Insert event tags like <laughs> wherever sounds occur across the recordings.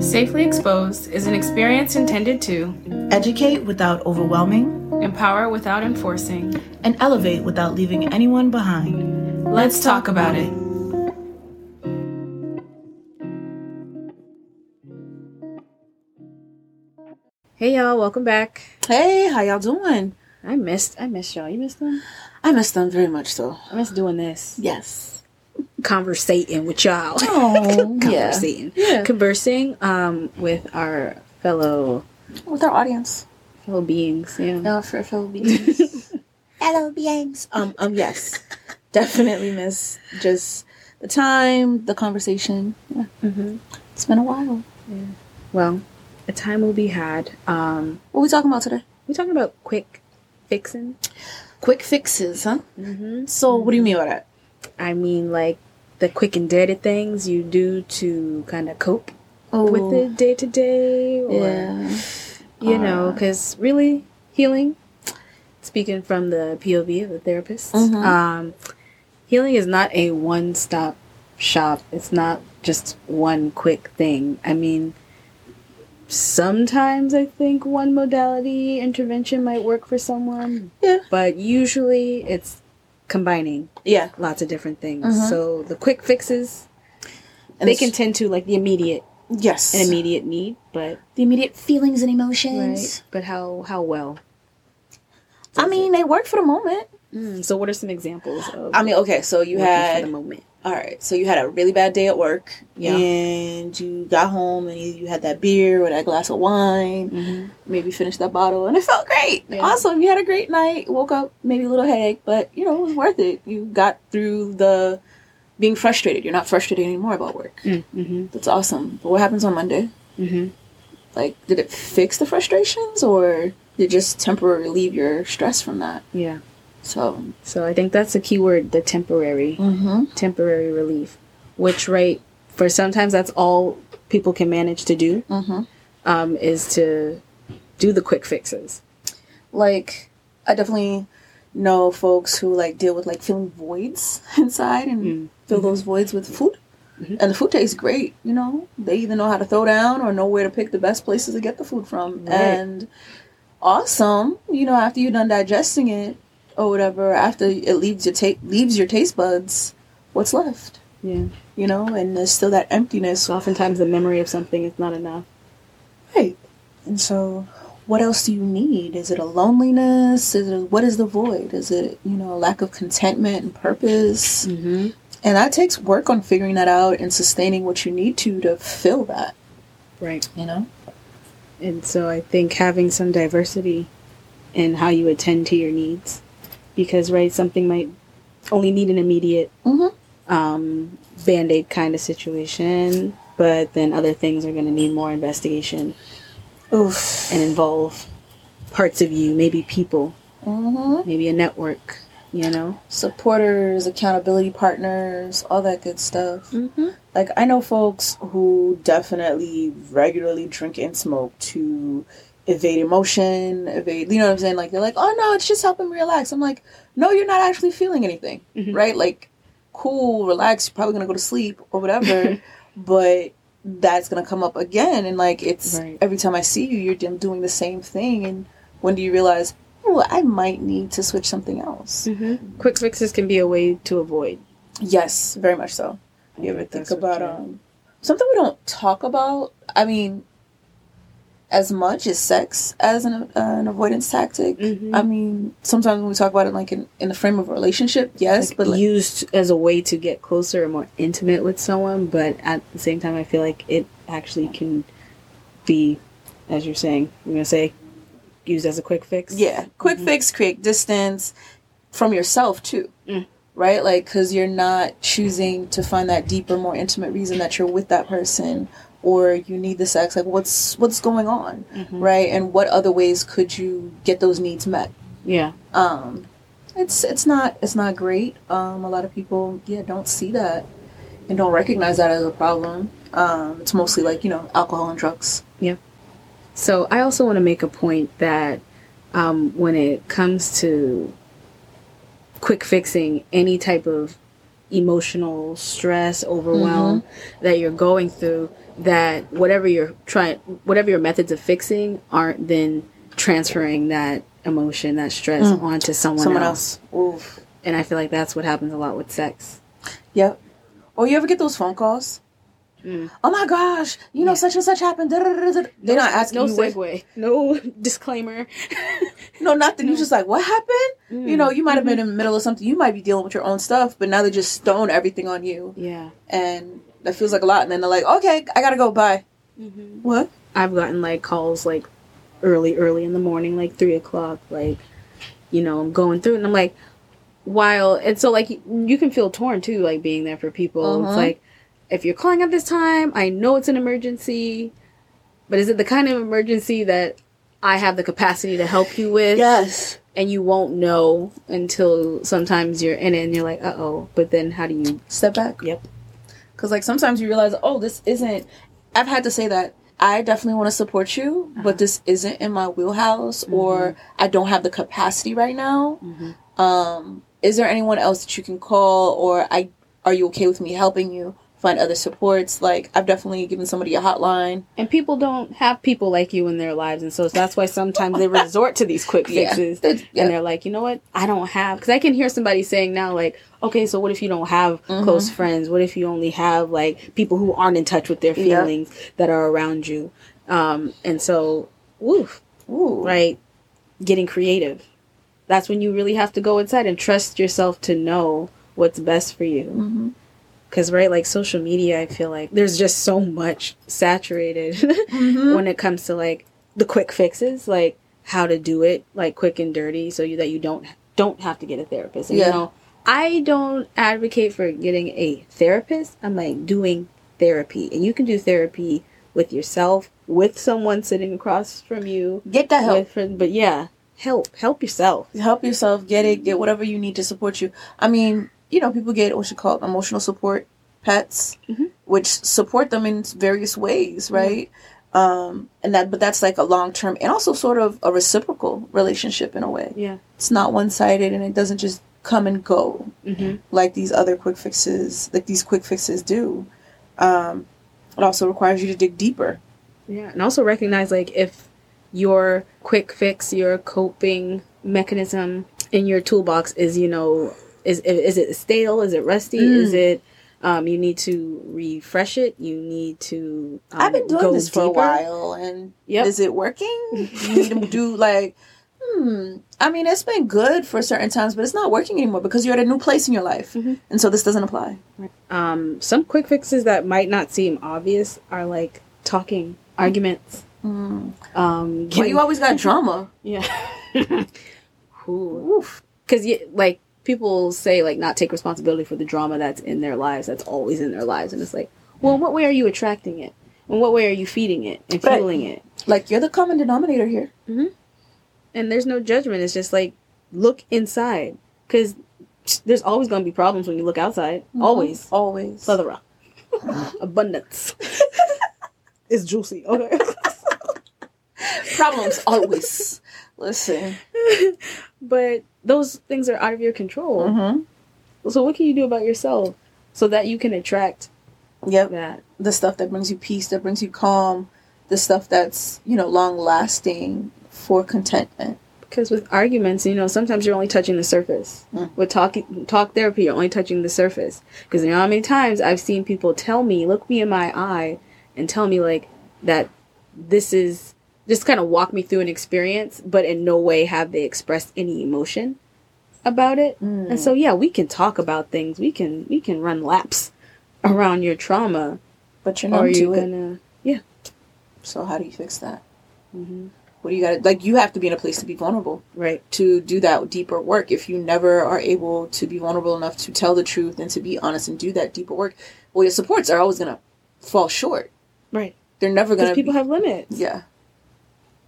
Safely Exposed is an experience intended to educate without overwhelming, empower without enforcing. and elevate without leaving anyone behind. Let's talk about it. Hey y'all, welcome back. Hey, how y'all doing? I missed I missed y'all. You missed them? I miss them very much so. I missed doing this. Yes. Conversating with y'all. Oh, <laughs> yeah. Conversating. Conversing um with our fellow With our audience. fellow beings, yeah. No, for fellow <laughs> beings. Hello, beings. Um, um, yes. Definitely miss just the time, the conversation. Yeah. Mm-hmm. It's been a while. Well, a time will be had. Um What we talking about today? we talking about quick fixing. Quick fixes, huh? Mm-hmm. So, what do you mean by that? I mean like the quick and dirty things you do to kind of cope Oh, with the day to day or Yeah. you Uh, know, because really healing, speaking from the POV of the therapist, Mhm. um, healing is not a one stop shop. It's not just one quick thing. I mean, sometimes I think one modality intervention might work for someone, Yeah. but usually it's combining Yeah. lots of different things. Mhm. So the quick fixes, And they it's- can tend to like the immediate, Yes. an immediate need, but the immediate feelings and emotions. right, but how how well I mean, they work for the moment. Mm, so what are some examples of I mean, okay, so Um, you working had for the moment? All right, so you had a really bad day at work, Yeah. and you got home and you had that beer or that glass of wine, maybe finished that bottle, and it felt great. Mm-hmm. Yeah. Awesome, you had a great night. Woke up maybe a little headache, but you know it was worth it. You got through the being frustrated. You're not frustrated anymore about work. Mm-hmm. That's awesome. But what happens on Monday? Mm-hmm. Like, did it fix the frustrations, or did it just temporarily relieve your stress from that? Yeah. So, So I think that's a key word, the temporary, mm-hmm. temporary relief, which right for sometimes that's all people can manage to do Mm-hmm. um, is to do the quick fixes. like I definitely know folks who like deal with like filling voids <laughs> inside and Mm. Mm-hmm. fill those voids with food. And the food tastes great, you know. They either know how to throw down or know where to pick the best places to get the food from. Right. And awesome, you know, after you're done digesting it or whatever, after it leaves your ta- leaves your taste buds, what's left? Yeah. You know, and there's still that emptiness. So oftentimes the memory of something is not enough. Right. And so, what else do you need? Is it a loneliness? Is it what is the void? Is it you know a lack of contentment and purpose? Mm-hmm. And that takes work on figuring that out and sustaining what you need to to fill that. Right. You know. And so I think having some diversity in how you attend to your needs, because right, something might only need an immediate Mhm. um, band aid kind of situation, but then other things are going to need more investigation Oof. and involve parts of you, maybe people, hmm maybe a network, you know? Supporters, accountability partners, all that good stuff. Mm-hmm. Like I know folks who definitely regularly drink and smoke to evade emotion, evade you know what I'm saying? Like they're like, Oh no, it's just helping me relax. I'm like, No, you're not actually feeling anything. Mhm. Right? Like, cool, relax, you're probably gonna go to sleep <laughs> or whatever. but that's gonna come up again and like it's Right. every time I see you you're dim- doing the same thing and when do you realize, Oh, I might need to switch something else. Mm-hmm. Quick fixes can be a way to avoid. Yes, very much so. You ever think think that's what about you- um something we don't talk about? I mean, as much as sex as an, uh, an avoidance tactic. Mhm. I mean, sometimes when we talk about it, like in, in the frame of a relationship, yes, but like, used as a way to get closer and more intimate with someone, but at the same time, I feel like it actually can be, as you're saying, I'm going to say, used as a quick fix. yeah, quick fix, create distance from yourself too, Mm. right? Like, because you're not choosing to find that deeper, more intimate reason that you're with that person or you need the sex. Like, what's what's going on, Mhm. right? And what other ways could you get those needs met? Yeah. um it's it's not it's not great um a lot of people yeah don't see that and don't recognize that as a problem um it's mostly like you know alcohol and drugs So I also want to make a point that um, when it comes to quick fixing any type of emotional stress, overwhelm Mm-hmm. that you're going through, that whatever you're trying, whatever your methods of fixing aren't then transferring that emotion, that stress onto someone, Mm. Someone else. else. Oof. And I feel like that's what happens a lot with sex. Yep. Or you ever get those phone calls? Oh my gosh, you know such and such happened. da, da, da, da, da. They're not asking Mm. No you what- segue, <laughs> no disclaimer. No, nothing. You're just like, what happened? Mm-hmm. You know, you might have been in the middle of something. You might be dealing with your own stuff, but now they just stone everything on you, yeah. and that feels like a lot. And then they're like, okay, I gotta go. Bye. Mm-hmm. What? I've gotten like calls like early, early in the morning, like three o'clock, like you know, I'm going through, and I'm like, while and so like you, you can feel torn too, like being there for people. It's like if you're calling at this time, I know it's an emergency, but is it the kind of emergency that I have the capacity to help you with? Yes. And you won't know until sometimes you're in it and you're like, uh oh. But then how do you? Step back. Yep. Because like sometimes you realize, oh, this isn't. I've had to say that I definitely want to support you, Uh-huh. but this isn't in my wheelhouse, or Mm-hmm. I don't have the capacity right now. Um, is there anyone else that you can call, or I are you okay with me helping you find other supports? Like I've definitely given somebody a hotline. And people don't have people like you in their lives, and so that's why sometimes they resort to these quick <laughs> Yeah. fixes. That's- yeah. And they're like, you know what? I don't have because I can hear somebody saying now, like, okay, so what if you don't have Mm-hmm. close friends? What if you only have like people who aren't in touch with their Yeah. feelings that are around you? Um, and so, woof, Ooh. right? Getting creative. That's when you really have to go inside and trust yourself to know what's best for you. Cause right, like social media, I feel like there's just so much saturated <laughs> when it comes to like the quick fixes, like how to do it, like quick and dirty, so you that you don't don't have to get a therapist. And, Yeah. You know, I don't advocate for getting a therapist. I'm like doing therapy, and you can do therapy with yourself, with someone sitting across from you, Get that help. with friends, but yeah, help, help yourself. help yourself get it get whatever you need to support you i mean you know people get what you call emotional support pets which support them in various ways right um and that but that's like a long term and also sort of a reciprocal relationship in a way Yeah. it's not one sided and it doesn't just come and go like these other quick fixes like these quick fixes do um it also requires you to dig deeper Yeah, and also recognize like if your quick fix, your coping mechanism in your toolbox is you know is is it stale? Is it rusty? Mm. Is it um, you need to refresh it? You need to. Um, I've been doing go this for a deeper. while, and Yep. is <laughs> it working? <laughs> You need to do like, hmm. I mean, it's been good for certain times, but it's not working anymore because you're at a new place in your life, Mm-hmm. and so this doesn't apply. Um, some quick fixes that might not seem obvious are like talking, Mm. arguments. Um, But you always got drama. <laughs> yeah. Ooh. Oof. because like people say like not take responsibility for the drama that's in their lives that's always in their lives and it's like well in what way are you attracting it in what way are you feeding it and Right. fueling it <laughs> Like you're the common denominator here. and there's no judgment it's just like look inside because there's always going to be problems when you look outside always Always. Southern rock <laughs> abundance <laughs> it's juicy <laughs> okay <laughs> Problems always. Listen. but those things are out of your control so what can you do about yourself so that you can attract Yep. that the stuff that brings you peace, that brings you calm, the stuff that's you know long lasting for contentment. Because with arguments, you know, sometimes you're only touching the surface. Mm. With talk talk therapy, you're only touching the surface. Because you know how many times I've seen people tell me, look me in my eye, and tell me like that this is just kind of walk me through an experience, but in no way have they expressed any emotion about it. Mm. And so yeah, we can talk about things. We can we can run laps around your trauma, But you're or numb you to it. gonna yeah So how do you fix that? Mm-hmm. What do you got? to Like you have to be in a place to be vulnerable right to do that deeper work. If you never are able to be vulnerable enough to tell the truth and to be honest and do that deeper work, well, your supports are always gonna fall short. right They're never because gonna. people be, have limits. yeah.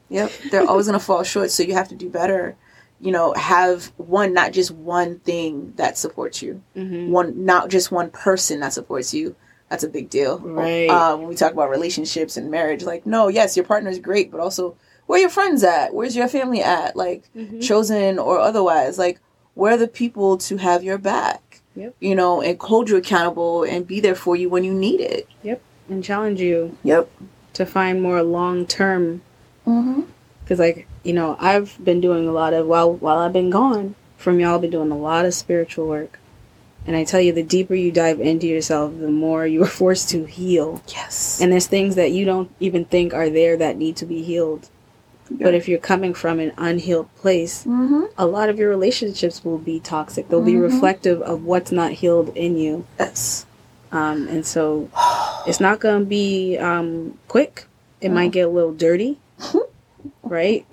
Yep, they're always gonna fall short. So you have to do better. You know, have one, not just one thing that supports you. Mm-hmm. One, not just one person that supports you. That's a big deal. Right. Uh, when we talk about relationships and marriage, like, no, yes, your partner is great, but also where are your friends at? Where's your Mm-hmm. family at? Like, chosen or otherwise. Like, where are the people to have your back? Yep. You know, and hold you accountable and be there for you when you need it. and challenge you Yep. to find more long term Mm-hmm. because like you know i've been doing a lot of while while i've been gone from y'all I've been doing a lot of spiritual work and i tell you the deeper you dive into yourself the more you are forced to heal Yes. and there's things that you don't even think are there that need to be healed but Yeah. if you're coming from an unhealed place hmm a lot of your relationships will be toxic they'll be reflective of what's not healed in you Yes. um, and so it's not gonna be um, quick. It might get a little <laughs> dirty, right? <laughs>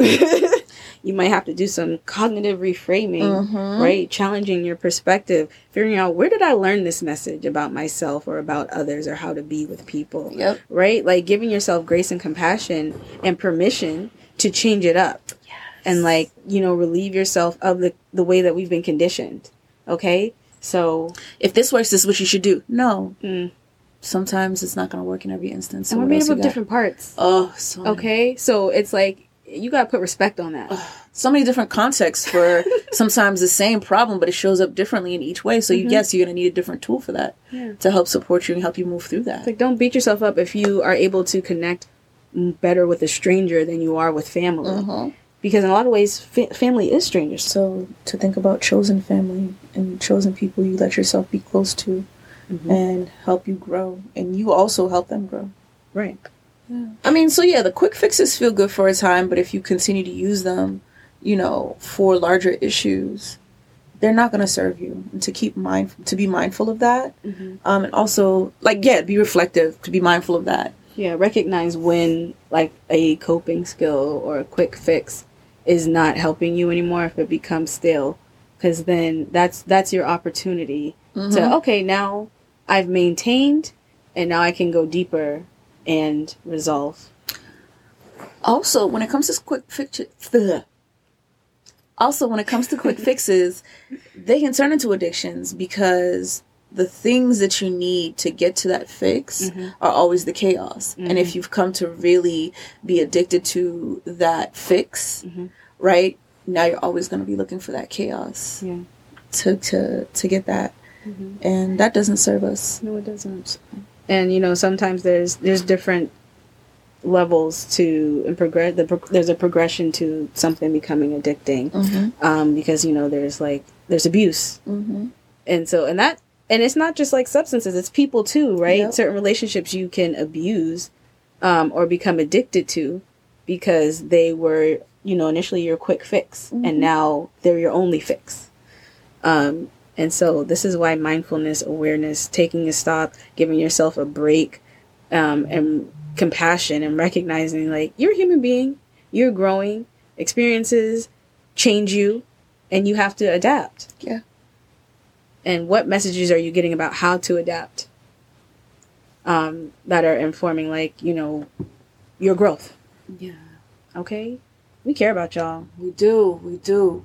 you might have to do some cognitive reframing, Mhm. right? Challenging your perspective, figuring out where did I learn this message about myself or about others or how to be with people, Yep. right? Like giving yourself grace and compassion and permission to change it up and like you know relieve yourself of the the way that we've been conditioned. Okay, so If this works, this is what you should do. No. Mm. Sometimes it's not going to work in every instance. So and we're what made else up of you got? different parts. Oh, so many- Okay, so it's like you gotta put respect on that. so many different <laughs> contexts for sometimes the same problem, but it shows up differently in each way. So you, yes, you're going to need a different tool for that Mm-hmm. Yeah. to help support you and help you move through that. It's like don't beat yourself up if you are able to connect m- better with a stranger than you are with family, Mm-hmm. because in a lot of ways, fa- family is strangers. So to think about chosen family and chosen people you let yourself be close to and help you grow, and you also help them grow. Right. I mean, so yeah, the quick fixes feel good for a time, but if you continue to use them, you know, for larger issues, they're not going to serve you. And to keep mind to be mindful of that, um, and also like yeah, be reflective to be mindful of that. Yeah. Recognize when like a coping skill or a quick fix is not helping you anymore if it becomes stale, because then that's that's your opportunity to okay now I've maintained and now I can go deeper and resolve. Also, when it comes to quick fixes, also when it comes <laughs> to quick fixes, they can turn into addictions because the things that you need to get to that fix Mm-hmm. are always the chaos. And if you've come to really be addicted to that fix, Mm-hmm. right now you're always going to be looking for that chaos Yeah. Mm-hmm. to to to get that, and that doesn't serve us. No, it doesn't. And you know, sometimes there's there's different levels to and progress. The pro- there's a progression to something becoming addicting, um, because you know there's like there's abuse, and so and that and it's not just like substances; it's people too, right? Yep. Certain relationships you can abuse um, or become addicted to because they were you know initially your quick fix, and now they're your only fix. And so this is why mindfulness, awareness, taking a stop, giving yourself a break, um, and compassion and recognizing like you're a human being, you're growing, experiences change you, and you have to adapt. Yeah. And what messages are you getting about how to adapt? Um, that are informing like, you know, your growth. Yeah. Okay? We care about y'all. We do, we do.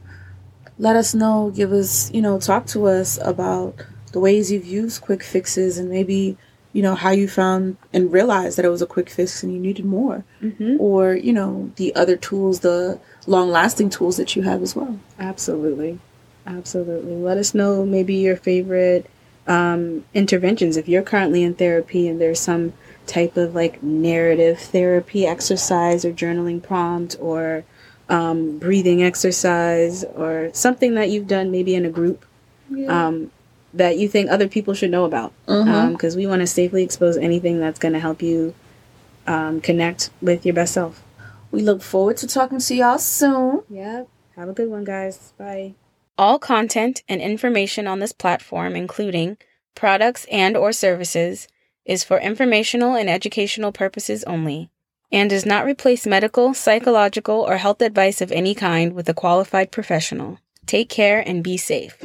Let us know, give us, you know, talk to us about the ways you've used quick fixes and maybe, you know, how you found and realized that it was a quick fix and you needed more. Mhm. Or, you know, the other tools, the long lasting tools that you have as well. Absolutely. Absolutely. Let us know maybe your favorite um, interventions. If you're currently in therapy and there's some type of like narrative therapy exercise or journaling prompt or um, breathing exercise or something that you've done maybe in a group um, that you think other people should know about. Because we want to safely expose anything that's going to help you um, connect with your best self. We look forward to talking to y'all soon. Yep. Have a good one, guys. Bye. All content and information on this platform, including products and or services, is for informational and educational purposes only and does not replace medical, psychological, or health advice of any kind with a qualified professional. Take care and be safe.